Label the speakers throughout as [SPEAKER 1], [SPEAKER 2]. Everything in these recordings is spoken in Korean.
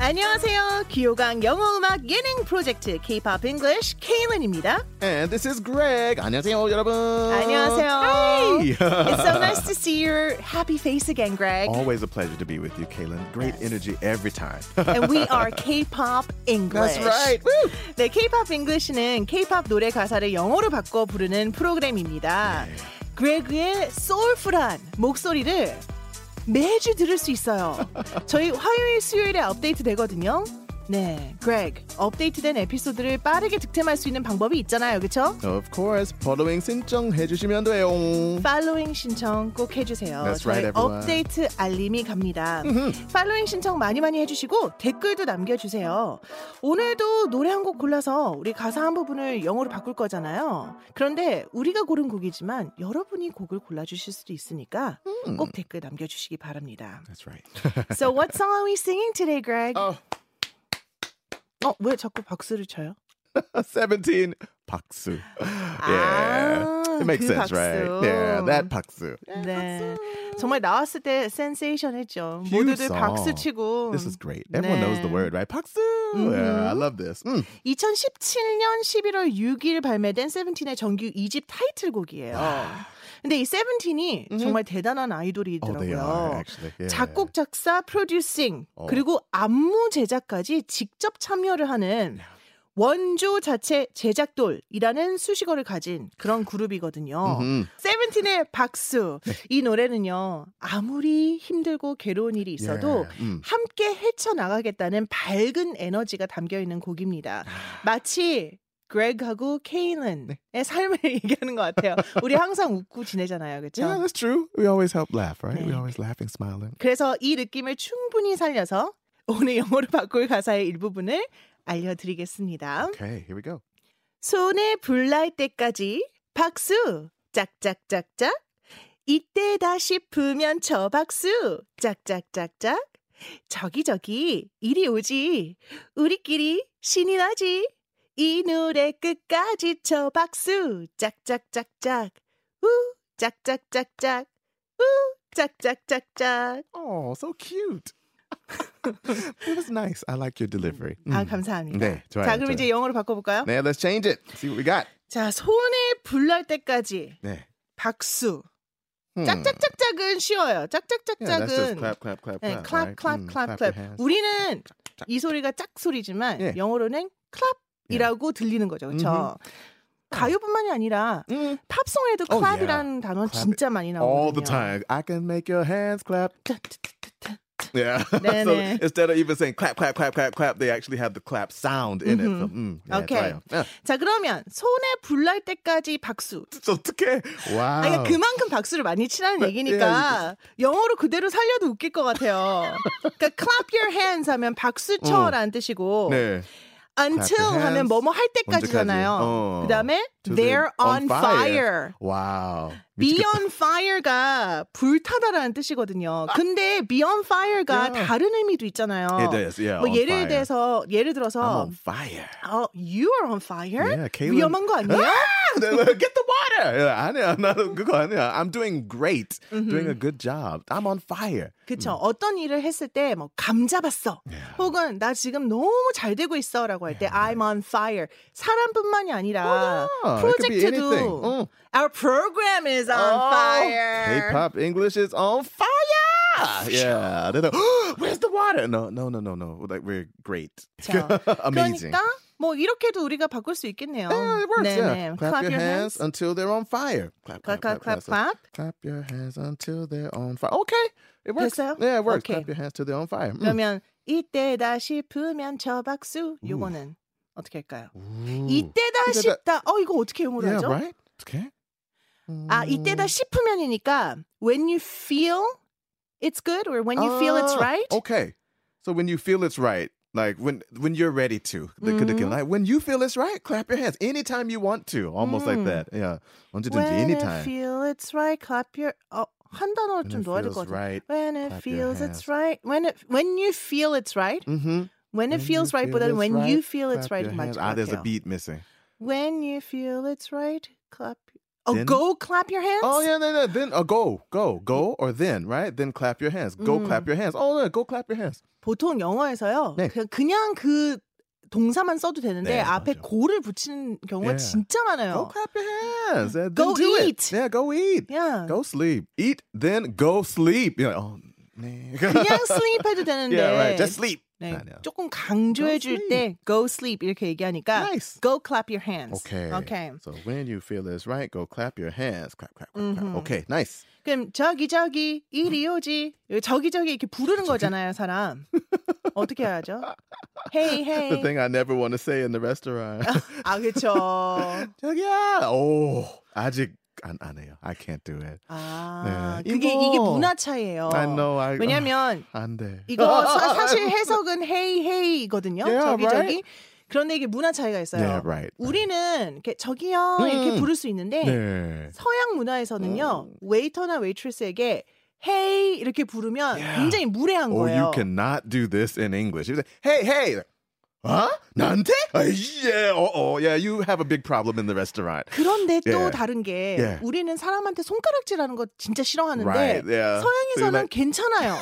[SPEAKER 1] 안녕하세요. 귀요강 영어음악 예능 프로젝트 K-pop English 케일런입니다.
[SPEAKER 2] And this is Greg. 안녕하세요, 여러분.
[SPEAKER 1] 안녕하세요.
[SPEAKER 2] Hey.
[SPEAKER 1] It's so nice to see your happy face again, Greg.
[SPEAKER 2] Always a pleasure to be with you, Kaylin. Great energy every time.
[SPEAKER 1] And we are K-pop English.
[SPEAKER 2] That's right. Woo.
[SPEAKER 1] 네, K-pop English는 K-pop 노래 가사를 영어로 바꿔 부르는 프로그램입니다.
[SPEAKER 2] 네.
[SPEAKER 1] 그레그의 소울풀한 목소리를 매주 들을 수 있어요. 저희 화요일 수요일에 업데이트 되거든요. 네, 그레그 업데이트된 에피소드를 빠르게 득템할 수 있는 방법이 있잖아요, 그렇죠?
[SPEAKER 2] Of course, following 신청해 주시면 돼요.
[SPEAKER 1] 팔로잉 신청 꼭 해주세요.
[SPEAKER 2] That's
[SPEAKER 1] 저희
[SPEAKER 2] right, everyone.
[SPEAKER 1] 업데이트 알림이 갑니다. 팔로잉 신청 많이 많이 해주시고 댓글도 남겨주세요. 오늘도 노래 한 곡 골라서 우리 가사 한 부분을 영어로 바꿀 거잖아요. 그런데 우리가 고른 곡이지만 여러분이 곡을 골라주실 수도 있으니까
[SPEAKER 2] 음.
[SPEAKER 1] 꼭 댓글 남겨주시기 바랍니다.
[SPEAKER 2] That's right.
[SPEAKER 1] So what song are we singing today, Greg?
[SPEAKER 2] oh,
[SPEAKER 1] 어, 왜 자꾸 박수를 쳐요?
[SPEAKER 2] 17. 박수. Yeah.
[SPEAKER 1] 아,
[SPEAKER 2] It makes
[SPEAKER 1] 그
[SPEAKER 2] sense, right?
[SPEAKER 1] 박수.
[SPEAKER 2] Yeah, that 박수.
[SPEAKER 1] 네. 정말 나왔을 때 센세이션 했죠.
[SPEAKER 2] Huge
[SPEAKER 1] 모두들
[SPEAKER 2] song.
[SPEAKER 1] 박수 치고.
[SPEAKER 2] This is great. Everyone knows the
[SPEAKER 1] 네.
[SPEAKER 2] word, right? 박수. Yeah, I love this. Mm.
[SPEAKER 1] 2017년 11월 6일 발매된 세븐틴의 정규 2집 타이틀곡이에요. 근데 이 세븐틴이 정말 대단한
[SPEAKER 2] Oh, they are
[SPEAKER 1] 아이돌이더라고요.
[SPEAKER 2] actually. Yeah.
[SPEAKER 1] 작곡, 작사, 프로듀싱,
[SPEAKER 2] 어.
[SPEAKER 1] 그리고 안무 제작까지 직접 참여를 하는 원조 자체 제작돌이라는 수식어를 가진 그런 그룹이거든요.
[SPEAKER 2] 음.
[SPEAKER 1] 세븐틴의 박수.
[SPEAKER 2] 네.
[SPEAKER 1] 이 노래는요, 아무리 힘들고 괴로운 일이 있어도
[SPEAKER 2] Yeah. Mm.
[SPEAKER 1] 함께 헤쳐나가겠다는 밝은 에너지가 담겨 있는 곡입니다. 마치 그렉하고 케인은의 삶을 얘기하는 것 같아요. 우리 항상 웃고 지내잖아요.
[SPEAKER 2] Yeah,
[SPEAKER 1] 그렇죠?
[SPEAKER 2] that's true. We always help laugh, right? We
[SPEAKER 1] 네.
[SPEAKER 2] always laughing, smiling.
[SPEAKER 1] 그래서 이 느낌을 충분히 살려서 오늘 영어로 바꿀 가사의 일부분을 알려드리겠습니다.
[SPEAKER 2] Okay, here we go.
[SPEAKER 1] 손에 불날 때까지 박수 짝짝짝짝 이때다 싶으면 저 박수 짝짝짝짝 저기 저기 이리 오지 우리끼리 신이 나지 이 노래 끝까지 저 박수 짝짝짝짝 우 짝짝짝짝 우 짝짝짝짝
[SPEAKER 2] Oh, so cute. it was nice. I like your delivery.
[SPEAKER 1] 아
[SPEAKER 2] Mm.
[SPEAKER 1] 감사합니다.
[SPEAKER 2] 네, 좋아요,
[SPEAKER 1] 자 그럼
[SPEAKER 2] 좋아요. 네.
[SPEAKER 1] 이제 영어로 바꿔볼까요?
[SPEAKER 2] Now let's change it. See what we got.
[SPEAKER 1] 자 손에 불날 때까지
[SPEAKER 2] 네.
[SPEAKER 1] 박수
[SPEAKER 2] Hmm.
[SPEAKER 1] 짝짝짝짝은 쉬워요.
[SPEAKER 2] Yeah, that's just
[SPEAKER 1] 짝짝짝짝은
[SPEAKER 2] clap, clap, clap, clap.
[SPEAKER 1] 네, clap,
[SPEAKER 2] right?
[SPEAKER 1] clap,
[SPEAKER 2] Mm,
[SPEAKER 1] clap,
[SPEAKER 2] your
[SPEAKER 1] clap.
[SPEAKER 2] hands.
[SPEAKER 1] 우리는
[SPEAKER 2] 짝.
[SPEAKER 1] 이 소리가 짝 소리지만
[SPEAKER 2] 예.
[SPEAKER 1] 영어로는 clap이라고 들리는 거죠, 그렇죠? 가요뿐만이 아니라
[SPEAKER 2] Mm.
[SPEAKER 1] 팝송에도
[SPEAKER 2] Mm-hmm. Oh, yeah.
[SPEAKER 1] clap이라는 단어
[SPEAKER 2] Clap
[SPEAKER 1] 진짜 많이 나오거든요.
[SPEAKER 2] All the time. I can make your hands clap. Yeah.
[SPEAKER 1] 네,
[SPEAKER 2] so
[SPEAKER 1] 네.
[SPEAKER 2] instead of even saying clap, clap, clap, clap, clap, they actually have the clap sound in it. So, mm, yeah,
[SPEAKER 1] Okay.
[SPEAKER 2] 좋아요. Yeah.
[SPEAKER 1] 자 그러면 손에 불날 때까지 박수.
[SPEAKER 2] So, 어떡해. Wow.
[SPEAKER 1] 아니 그러니까 그만큼 박수를 많이 치라는 얘기니까 영어로 그대로 살려도 웃길 것 같아요. 그러니까 clap your hands 하면 박수 쳐라는 뜻이고
[SPEAKER 2] 어. 네. Clap
[SPEAKER 1] until
[SPEAKER 2] your
[SPEAKER 1] 하면
[SPEAKER 2] hands.
[SPEAKER 1] 뭐뭐 할 때까지잖아요.
[SPEAKER 2] 언제까지? 어.
[SPEAKER 1] 그다음에
[SPEAKER 2] To the-
[SPEAKER 1] they're on,
[SPEAKER 2] on
[SPEAKER 1] fire.
[SPEAKER 2] fire. Wow.
[SPEAKER 1] be on fire가 불타다라는 뜻이거든요. 근데 be on fire가
[SPEAKER 2] 아. Yeah.
[SPEAKER 1] 다른 의미도 있잖아요.
[SPEAKER 2] It is, Oh. yeah.
[SPEAKER 1] 뭐
[SPEAKER 2] on
[SPEAKER 1] 예를
[SPEAKER 2] fire.
[SPEAKER 1] 대해서 예를 들어서
[SPEAKER 2] I'm on fire.
[SPEAKER 1] 어, you are on fire?
[SPEAKER 2] Yeah, Kaylin-
[SPEAKER 1] 위험한 거 아니야?
[SPEAKER 2] Get the water. Yeah, 아니야, 나
[SPEAKER 1] Mm-hmm.
[SPEAKER 2] 그거 아니야. I'm doing great. Doing a good job. I'm on fire.
[SPEAKER 1] 그쵸. 어떤 일을 했을 때 뭐 감잡았어. 혹은 나 지금 너무 잘 되고 있어라고 할 때 I'm on fire. 사람뿐만이 아니라
[SPEAKER 2] Oh, yeah. It could be
[SPEAKER 1] 프로젝트도
[SPEAKER 2] anything. 응.
[SPEAKER 1] our program is on
[SPEAKER 2] Oh,
[SPEAKER 1] fire.
[SPEAKER 2] K-pop English is on fire. Yeah. They're like, "Oh, Where's the water? No, no, no, no, no. Like we're great.
[SPEAKER 1] 자,
[SPEAKER 2] Amazing.
[SPEAKER 1] 그러니까 뭐 이렇게도 우리가 바꿀 수 있겠네요.
[SPEAKER 2] Yeah, it works. yeah. Clap, your, hands,
[SPEAKER 1] hands.
[SPEAKER 2] until they're on fire. Clap,
[SPEAKER 1] Clap, clap, clap,
[SPEAKER 2] So,
[SPEAKER 1] clap.
[SPEAKER 2] clap your hands until they're on fire. Okay, it works.
[SPEAKER 1] 됐어요?
[SPEAKER 2] Yeah, it works.
[SPEAKER 1] Okay.
[SPEAKER 2] Clap your hands till they're on fire. Mm.
[SPEAKER 1] 그러면 이때다 싶으면 저 박수. 요거는 어떻게 할까요? 이때다
[SPEAKER 2] 음. 이때다-
[SPEAKER 1] 싶다. 어 이거 어떻게 영어로
[SPEAKER 2] Yeah,
[SPEAKER 1] 하죠?
[SPEAKER 2] right. 음. Mm. Okay.
[SPEAKER 1] 아 이때다 싶으면이니까 when you feel it's good or when you feel it's
[SPEAKER 2] Ah,
[SPEAKER 1] right.
[SPEAKER 2] Okay. So when you feel it's right, like when when you're ready to, the
[SPEAKER 1] Mm-hmm.
[SPEAKER 2] mm like when you feel it's right, clap your hands anytime you want to, almost
[SPEAKER 1] Mm.
[SPEAKER 2] like that. Yeah. 언제든지
[SPEAKER 1] When I
[SPEAKER 2] anytime.
[SPEAKER 1] feel it's right, clap your. 어, 한 단어 좀
[SPEAKER 2] it
[SPEAKER 1] 넣어야 될것
[SPEAKER 2] feels
[SPEAKER 1] 같아.
[SPEAKER 2] right,
[SPEAKER 1] when it
[SPEAKER 2] clap your
[SPEAKER 1] feels it's right. When it when you feel it's right.
[SPEAKER 2] mm-hmm.
[SPEAKER 1] When it feels right, but then when you feel it's right,
[SPEAKER 2] ah,
[SPEAKER 1] 맞을 것
[SPEAKER 2] there's a
[SPEAKER 1] 같아요.
[SPEAKER 2] beat missing.
[SPEAKER 1] When you feel it's right, clap. 어,
[SPEAKER 2] then-
[SPEAKER 1] go clap your hands?
[SPEAKER 2] Oh yeah, no, no. Then uh, go, go,
[SPEAKER 1] Mm.
[SPEAKER 2] go, or then, right? Then clap your hands. Go clap your hands. Oh no, go clap your hands.
[SPEAKER 1] 보통 영어에서요.
[SPEAKER 2] 네.
[SPEAKER 1] 그냥, 그냥 그 동사만 써도 되는데
[SPEAKER 2] 네,
[SPEAKER 1] 앞에
[SPEAKER 2] 맞아요.
[SPEAKER 1] 고를 붙이는 경우가
[SPEAKER 2] Yeah.
[SPEAKER 1] 진짜
[SPEAKER 2] Go
[SPEAKER 1] 많아요.
[SPEAKER 2] clap your hands. and
[SPEAKER 1] Mm. Go
[SPEAKER 2] then do it.
[SPEAKER 1] eat.
[SPEAKER 2] Yeah, go eat.
[SPEAKER 1] Yeah.
[SPEAKER 2] Go sleep. Eat, then go sleep. You're like, oh, 네.
[SPEAKER 1] 그냥 sleep 해도 되는데
[SPEAKER 2] yeah, right. Just sleep.
[SPEAKER 1] 네,
[SPEAKER 2] 아, 네.
[SPEAKER 1] 조금 강조해
[SPEAKER 2] Go
[SPEAKER 1] 줄
[SPEAKER 2] sleep.
[SPEAKER 1] 때 go sleep 이렇게 얘기하니까
[SPEAKER 2] Nice.
[SPEAKER 1] go clap your hands.
[SPEAKER 2] Okay.
[SPEAKER 1] Okay.
[SPEAKER 2] So when you feel this right, go clap your hands. Clap, clap, clap,
[SPEAKER 1] Mhm.
[SPEAKER 2] clap. Okay, nice.
[SPEAKER 1] 그럼 저기 저기 이리 오지 여기 저기 저기 이렇게 부르는 거잖아요 사람 어떻게 해야죠? Hey
[SPEAKER 2] The
[SPEAKER 1] hey
[SPEAKER 2] thing I never want to say in the restaurant.
[SPEAKER 1] 아 그쵸
[SPEAKER 2] 저기야. Oh, 아직 안, 안 해요. I can't do it.
[SPEAKER 1] 아
[SPEAKER 2] 네.
[SPEAKER 1] 그게
[SPEAKER 2] 이모.
[SPEAKER 1] 이게 문화 차이예요.
[SPEAKER 2] I know. I, uh,
[SPEAKER 1] 왜냐면
[SPEAKER 2] 안 돼.
[SPEAKER 1] 이거 사, 사실 해석은 hey hey거든요
[SPEAKER 2] Yeah,
[SPEAKER 1] 저기 저기
[SPEAKER 2] right.
[SPEAKER 1] 그런데 이게 문화 차이가 있어요.
[SPEAKER 2] Yeah, right.
[SPEAKER 1] 우리는 이렇게 저기요 이렇게
[SPEAKER 2] 음.
[SPEAKER 1] 부를 수 있는데
[SPEAKER 2] 네. 음.
[SPEAKER 1] 서양 문화에서는요 웨이터나 웨이트리스에게 헤이 이렇게 부르면
[SPEAKER 2] Yeah.
[SPEAKER 1] 굉장히 무례한
[SPEAKER 2] Or
[SPEAKER 1] 거예요.
[SPEAKER 2] you cannot do this in English. You say, hey, hey. Huh? 나한테? 아, yeah. Uh-oh. Yeah, you have a big problem in the restaurant.
[SPEAKER 1] 그런데 또
[SPEAKER 2] Yeah.
[SPEAKER 1] 다른 게
[SPEAKER 2] Yeah.
[SPEAKER 1] 우리는 사람한테 손가락질하는 거 진짜 싫어하는데
[SPEAKER 2] 예. Right. Yeah.
[SPEAKER 1] 서양에서는
[SPEAKER 2] So you're like-
[SPEAKER 1] 괜찮아요.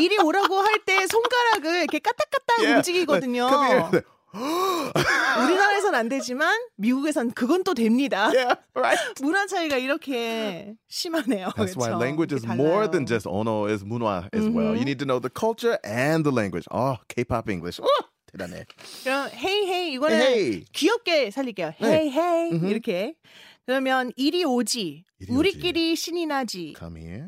[SPEAKER 1] 이리 오라고 할 때 손가락을 이렇게 까딱까딱
[SPEAKER 2] Yeah.
[SPEAKER 1] 움직이거든요.
[SPEAKER 2] Like, come here.
[SPEAKER 1] 우리나라에선 안 되지만 미국에선 그건 또 됩니다.
[SPEAKER 2] yeah, right.
[SPEAKER 1] 문화 차이가 이렇게 심하네요.
[SPEAKER 2] That's why
[SPEAKER 1] 그렇죠?
[SPEAKER 2] language is
[SPEAKER 1] 이게
[SPEAKER 2] more
[SPEAKER 1] 달라요.
[SPEAKER 2] than just ono is munwa as well. You need to know the culture and the language. Oh, K-pop English. Oh, 대단해.
[SPEAKER 1] 그럼 헤이 헤이 이거는
[SPEAKER 2] 헤이.
[SPEAKER 1] 귀엽게 살릴게요. 헤이
[SPEAKER 2] 네.
[SPEAKER 1] 헤이 이렇게. 그러면 이리 오지.
[SPEAKER 2] 이리
[SPEAKER 1] 우리끼리 신이 나지.
[SPEAKER 2] Come here.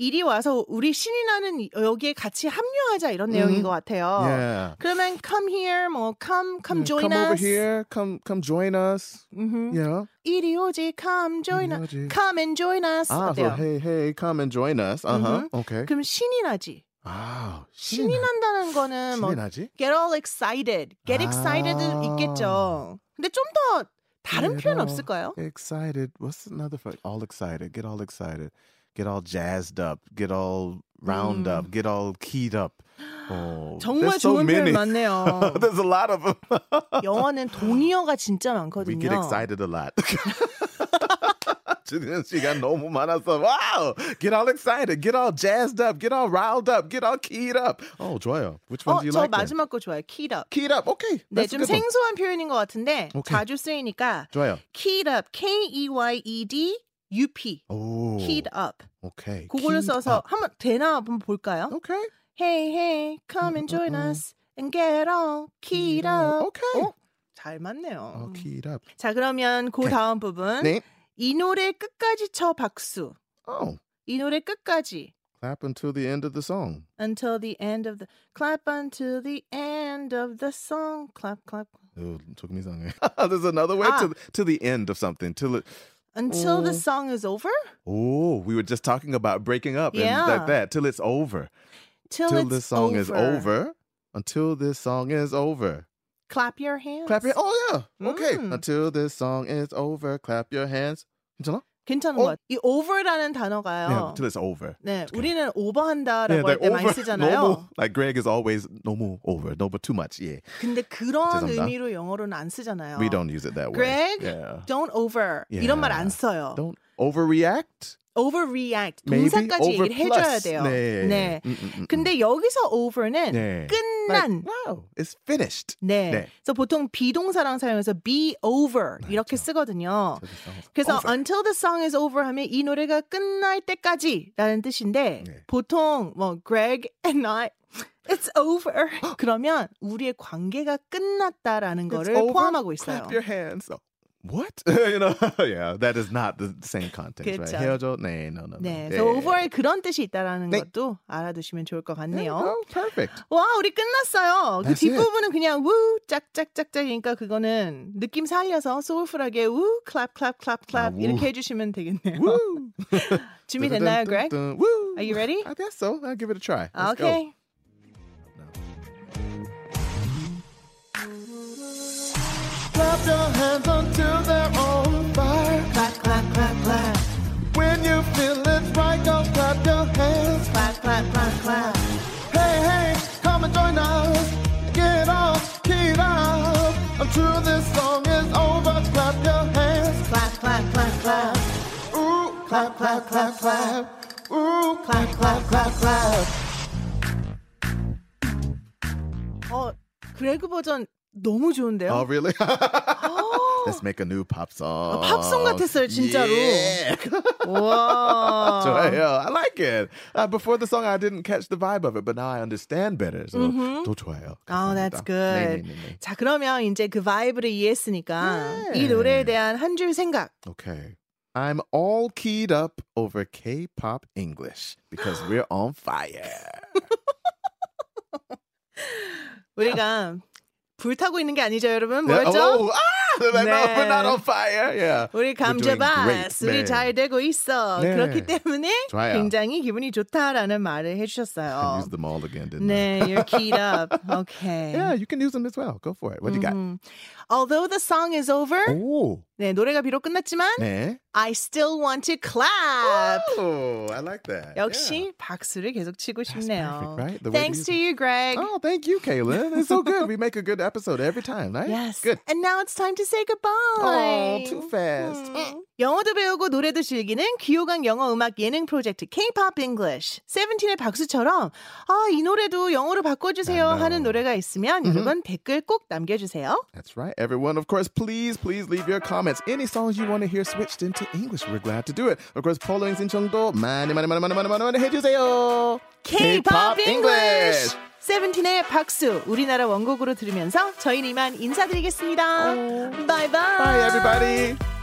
[SPEAKER 1] 이리 와서 우리 신이 나는 이- 여기에 같이 합류하자
[SPEAKER 2] 음.
[SPEAKER 1] 이런 내용인 것 같아요.
[SPEAKER 2] Yeah.
[SPEAKER 1] 그러면 come here 뭐 come come join
[SPEAKER 2] 예. 음, come over
[SPEAKER 1] us.
[SPEAKER 2] here. 예. Come come join us.
[SPEAKER 1] 음흠.
[SPEAKER 2] Yeah.
[SPEAKER 1] 이리 오지 come join us.
[SPEAKER 2] 이리 오지.
[SPEAKER 1] come and join us.
[SPEAKER 2] Ah, so
[SPEAKER 1] 어때요?
[SPEAKER 2] hey, hey, come and join us. Uh-huh. Okay.
[SPEAKER 1] Mm-hmm. 그럼 신이 나지.
[SPEAKER 2] Wow.
[SPEAKER 1] 신이 난다는 거는 뭐
[SPEAKER 2] 신이 나지?
[SPEAKER 1] get all excited, get excited도
[SPEAKER 2] 아.
[SPEAKER 1] 있겠죠. 근데 좀 더 다른
[SPEAKER 2] Get
[SPEAKER 1] 표현
[SPEAKER 2] all
[SPEAKER 1] 없을까요?
[SPEAKER 2] Excited. What's another for all excited? Get all excited. Get all jazzed up. Get all round up. Get all keyed up. Oh,
[SPEAKER 1] 정말
[SPEAKER 2] there's so
[SPEAKER 1] 좋은 표현
[SPEAKER 2] many.
[SPEAKER 1] 많네요.
[SPEAKER 2] there's a lot of them.
[SPEAKER 1] 영어는 동의어가 진짜
[SPEAKER 2] We get
[SPEAKER 1] 많거든요.
[SPEAKER 2] excited a lot. 주는 시간 너무 많아서 wow, get all excited, get all jazzed up, get all riled up, get all keyed up. Oh, 좋아요. Which one
[SPEAKER 1] 어,
[SPEAKER 2] do you
[SPEAKER 1] 저
[SPEAKER 2] like? then?
[SPEAKER 1] 마지막 거 좋아요. Keyed up.
[SPEAKER 2] Keyed up. Okay.
[SPEAKER 1] 네,
[SPEAKER 2] that's a
[SPEAKER 1] 좀
[SPEAKER 2] good one.
[SPEAKER 1] 생소한 표현인 것 같은데
[SPEAKER 2] 오케이.
[SPEAKER 1] 자주 쓰이니까
[SPEAKER 2] 좋아요.
[SPEAKER 1] keyed up, K-E-Y-E-D U-P,
[SPEAKER 2] 오.
[SPEAKER 1] keyed up.
[SPEAKER 2] Oh, Okay.
[SPEAKER 1] 그걸로
[SPEAKER 2] keyed
[SPEAKER 1] 써서
[SPEAKER 2] up.
[SPEAKER 1] 한번 되나 한번 볼까요?
[SPEAKER 2] Okay.
[SPEAKER 1] Hey, hey, come and join
[SPEAKER 2] 음, 음, 음.
[SPEAKER 1] us and get all keyed up.
[SPEAKER 2] Okay.
[SPEAKER 1] 어? 잘 맞네요.
[SPEAKER 2] Oh, keyed up.
[SPEAKER 1] 자, 그러면 그
[SPEAKER 2] 오케이.
[SPEAKER 1] 다음 부분
[SPEAKER 2] 네.
[SPEAKER 1] 이 노래 끝까지 쳐 박수.
[SPEAKER 2] Oh,
[SPEAKER 1] 이 노래 끝까지
[SPEAKER 2] clap until the end of the song.
[SPEAKER 1] until the end of the clap until the end of the song clap clap
[SPEAKER 2] Oh, took me somewhere. There's another way
[SPEAKER 1] Ah.
[SPEAKER 2] to to the end of something. Till it.
[SPEAKER 1] until the
[SPEAKER 2] Oh.
[SPEAKER 1] song is over
[SPEAKER 2] Oh, we were just talking about breaking up
[SPEAKER 1] Yeah.
[SPEAKER 2] and like that till it's over.
[SPEAKER 1] till,
[SPEAKER 2] till
[SPEAKER 1] it's
[SPEAKER 2] this song
[SPEAKER 1] over.
[SPEAKER 2] is over. Until this song is over.
[SPEAKER 1] clap your hands
[SPEAKER 2] Clap your oh yeah. Okay.
[SPEAKER 1] Mm.
[SPEAKER 2] Until this song is over. Clap your hands. 괜찮아? 뭐
[SPEAKER 1] 괜찮은
[SPEAKER 2] 어?
[SPEAKER 1] 것 같아 이 over라는
[SPEAKER 2] Yeah,
[SPEAKER 1] 단어가요
[SPEAKER 2] until it's over.
[SPEAKER 1] 네
[SPEAKER 2] Okay.
[SPEAKER 1] 우리는
[SPEAKER 2] 네,
[SPEAKER 1] 오버한다라고 할 때 많이 쓰잖아요
[SPEAKER 2] normal. Like Greg is always normal over. Normal too much. Yeah.
[SPEAKER 1] 근데 그런
[SPEAKER 2] 죄송합니다.
[SPEAKER 1] 의미로 영어로는 안 쓰잖아요
[SPEAKER 2] We don't use it that way.
[SPEAKER 1] Greg?
[SPEAKER 2] Yeah.
[SPEAKER 1] Don't over 이런 말 안 써요
[SPEAKER 2] Don't overreact.
[SPEAKER 1] overreact
[SPEAKER 2] Maybe
[SPEAKER 1] 동사까지
[SPEAKER 2] over
[SPEAKER 1] 얘기를 해줘야
[SPEAKER 2] plus.
[SPEAKER 1] 돼요
[SPEAKER 2] 네.
[SPEAKER 1] 네.
[SPEAKER 2] 음, 음, 음.
[SPEAKER 1] 근데 여기서 over는
[SPEAKER 2] 네.
[SPEAKER 1] 끝난
[SPEAKER 2] Like, wow, it's finished.
[SPEAKER 1] 네.
[SPEAKER 2] 네.
[SPEAKER 1] 그래서 보통 비동사랑 사용해서 be over 이렇게 쓰거든요.
[SPEAKER 2] Till the song is
[SPEAKER 1] 그래서
[SPEAKER 2] over.
[SPEAKER 1] until the song is over 하면 이 노래가 끝날 때까지라는 뜻인데
[SPEAKER 2] 네.
[SPEAKER 1] 보통 뭐 Greg and I it's over 그러면 우리의 관계가 끝났다라는
[SPEAKER 2] It's
[SPEAKER 1] 거를
[SPEAKER 2] over.
[SPEAKER 1] 포함하고 있어요.
[SPEAKER 2] Clap your hands. Oh, What? you know, yeah, that is not the same context, right?
[SPEAKER 1] 그쵸.
[SPEAKER 2] 헤어져? 네, no, no, no.
[SPEAKER 1] 네,
[SPEAKER 2] 네.
[SPEAKER 1] 그래서 over에 그런 뜻이 있다라는
[SPEAKER 2] 네.
[SPEAKER 1] 것도 알아두시면 좋을 것
[SPEAKER 2] There
[SPEAKER 1] 같네요.
[SPEAKER 2] you go. oh, Perfect.
[SPEAKER 1] 와, 우리 끝났어요. 그
[SPEAKER 2] That's it.
[SPEAKER 1] 뒷부분은 그냥 우 짝짝짝짝이니까 그거는 느낌 살려서 소울풀하게 우 클랩 클랩 클랩 클랩
[SPEAKER 2] 아, 우.
[SPEAKER 1] 이렇게 해주시면 되겠네요.
[SPEAKER 2] Woo!
[SPEAKER 1] 준비됐나요, Greg? 아,
[SPEAKER 2] Dun, dun, dun. Woo!
[SPEAKER 1] Are you ready?
[SPEAKER 2] I guess so. I'll give it a try. Let's go.
[SPEAKER 1] Okay.
[SPEAKER 2] Clap your hands until they're on fire.
[SPEAKER 1] Clap clap clap clap
[SPEAKER 2] When you feel it's right, go clap your hands.
[SPEAKER 1] clap clap clap clap.
[SPEAKER 2] Hey, hey, come and join us. Get up, keep up. Until this song is over, clap your hands.
[SPEAKER 1] Clap clap clap clap.
[SPEAKER 3] clap, clap, clap, clap. Ooh, clap, clap, clap, clap.
[SPEAKER 1] 어, 그레그 버전 너무 좋은데요?
[SPEAKER 2] Oh, really?
[SPEAKER 1] 어,
[SPEAKER 2] Let's make a new pop song.
[SPEAKER 1] 팝송 같았어요, 진짜로.
[SPEAKER 2] Yeah.
[SPEAKER 1] 우와.
[SPEAKER 2] 좋아요. I like it. Uh, before the song, I didn't catch the vibe of it, but now I understand better. So 더 좋아요.
[SPEAKER 1] Oh, that's
[SPEAKER 2] 감사합니다.
[SPEAKER 1] good.
[SPEAKER 2] 네네네네.
[SPEAKER 1] 자, 그러면 이제 그 바이브를
[SPEAKER 2] 네.
[SPEAKER 1] 이해했으니까 이 노래에 대한 한 줄 생각.
[SPEAKER 2] Okay. I'm all keyed up over K-pop English because we're on fire.
[SPEAKER 1] 우리가 불타고 있는 게 아니죠, 여러분?
[SPEAKER 2] Yeah,
[SPEAKER 1] 뭐였죠?
[SPEAKER 2] oh, ah, They're like, no, we're not
[SPEAKER 1] 네.
[SPEAKER 2] on fire. Yeah.
[SPEAKER 1] 우리
[SPEAKER 2] doing
[SPEAKER 1] 감자밭
[SPEAKER 2] great.
[SPEAKER 1] 우리
[SPEAKER 2] 네.
[SPEAKER 1] 잘 되고 있어.
[SPEAKER 2] 네.
[SPEAKER 1] 그렇기 때문에
[SPEAKER 2] 좋아요. 아,
[SPEAKER 1] 굉장히 기분이 좋다라는 말을
[SPEAKER 2] I
[SPEAKER 1] 해주셨어요.
[SPEAKER 2] used them all again, didn't I?
[SPEAKER 1] 네, you're keyed up. Okay.
[SPEAKER 2] Yeah, you can use them as well. Go for it. What do you got?
[SPEAKER 1] 음. Although the song is over,
[SPEAKER 2] Oh,
[SPEAKER 1] 네 노래가 비록 끝났지만
[SPEAKER 2] 네.
[SPEAKER 1] I still want to clap.
[SPEAKER 2] Oh, I like that.
[SPEAKER 1] 역시 박수를 계속 치고 싶네요.
[SPEAKER 2] perfect, right? The way to
[SPEAKER 1] Thanks
[SPEAKER 2] use
[SPEAKER 1] to you, Greg.
[SPEAKER 2] Yeah. Oh, thank you, Kaylin. It's so good. We make a good episode every time, right?
[SPEAKER 1] Yes.
[SPEAKER 2] Good.
[SPEAKER 1] And now it's time to say
[SPEAKER 2] Oh,
[SPEAKER 1] goodbye.
[SPEAKER 2] too fast.
[SPEAKER 1] 음. 영어도 배우고 노래도 즐기는 귀요강 영어 음악 예능 프로젝트 K-pop English. 세븐틴의 박수처럼 아, 이 노래도 영어로 바꿔 주세요
[SPEAKER 2] I know. Mm-hmm.
[SPEAKER 1] 하는 노래가 있으면 여러분 댓글 꼭 남겨 주세요.
[SPEAKER 2] That's right. Everyone, of course, please, please leave your comments. Any songs you want to hear switched into English, we're glad to do it. Of course, following 신청도 많이 많이 많이 많이 많이 많이 많이 해주세요.
[SPEAKER 1] K-pop English. 세븐틴의 박수 우리나라 원곡으로 들으면서 저희는 이만 인사드리겠습니다. 바이바이.
[SPEAKER 2] Bye, everybody.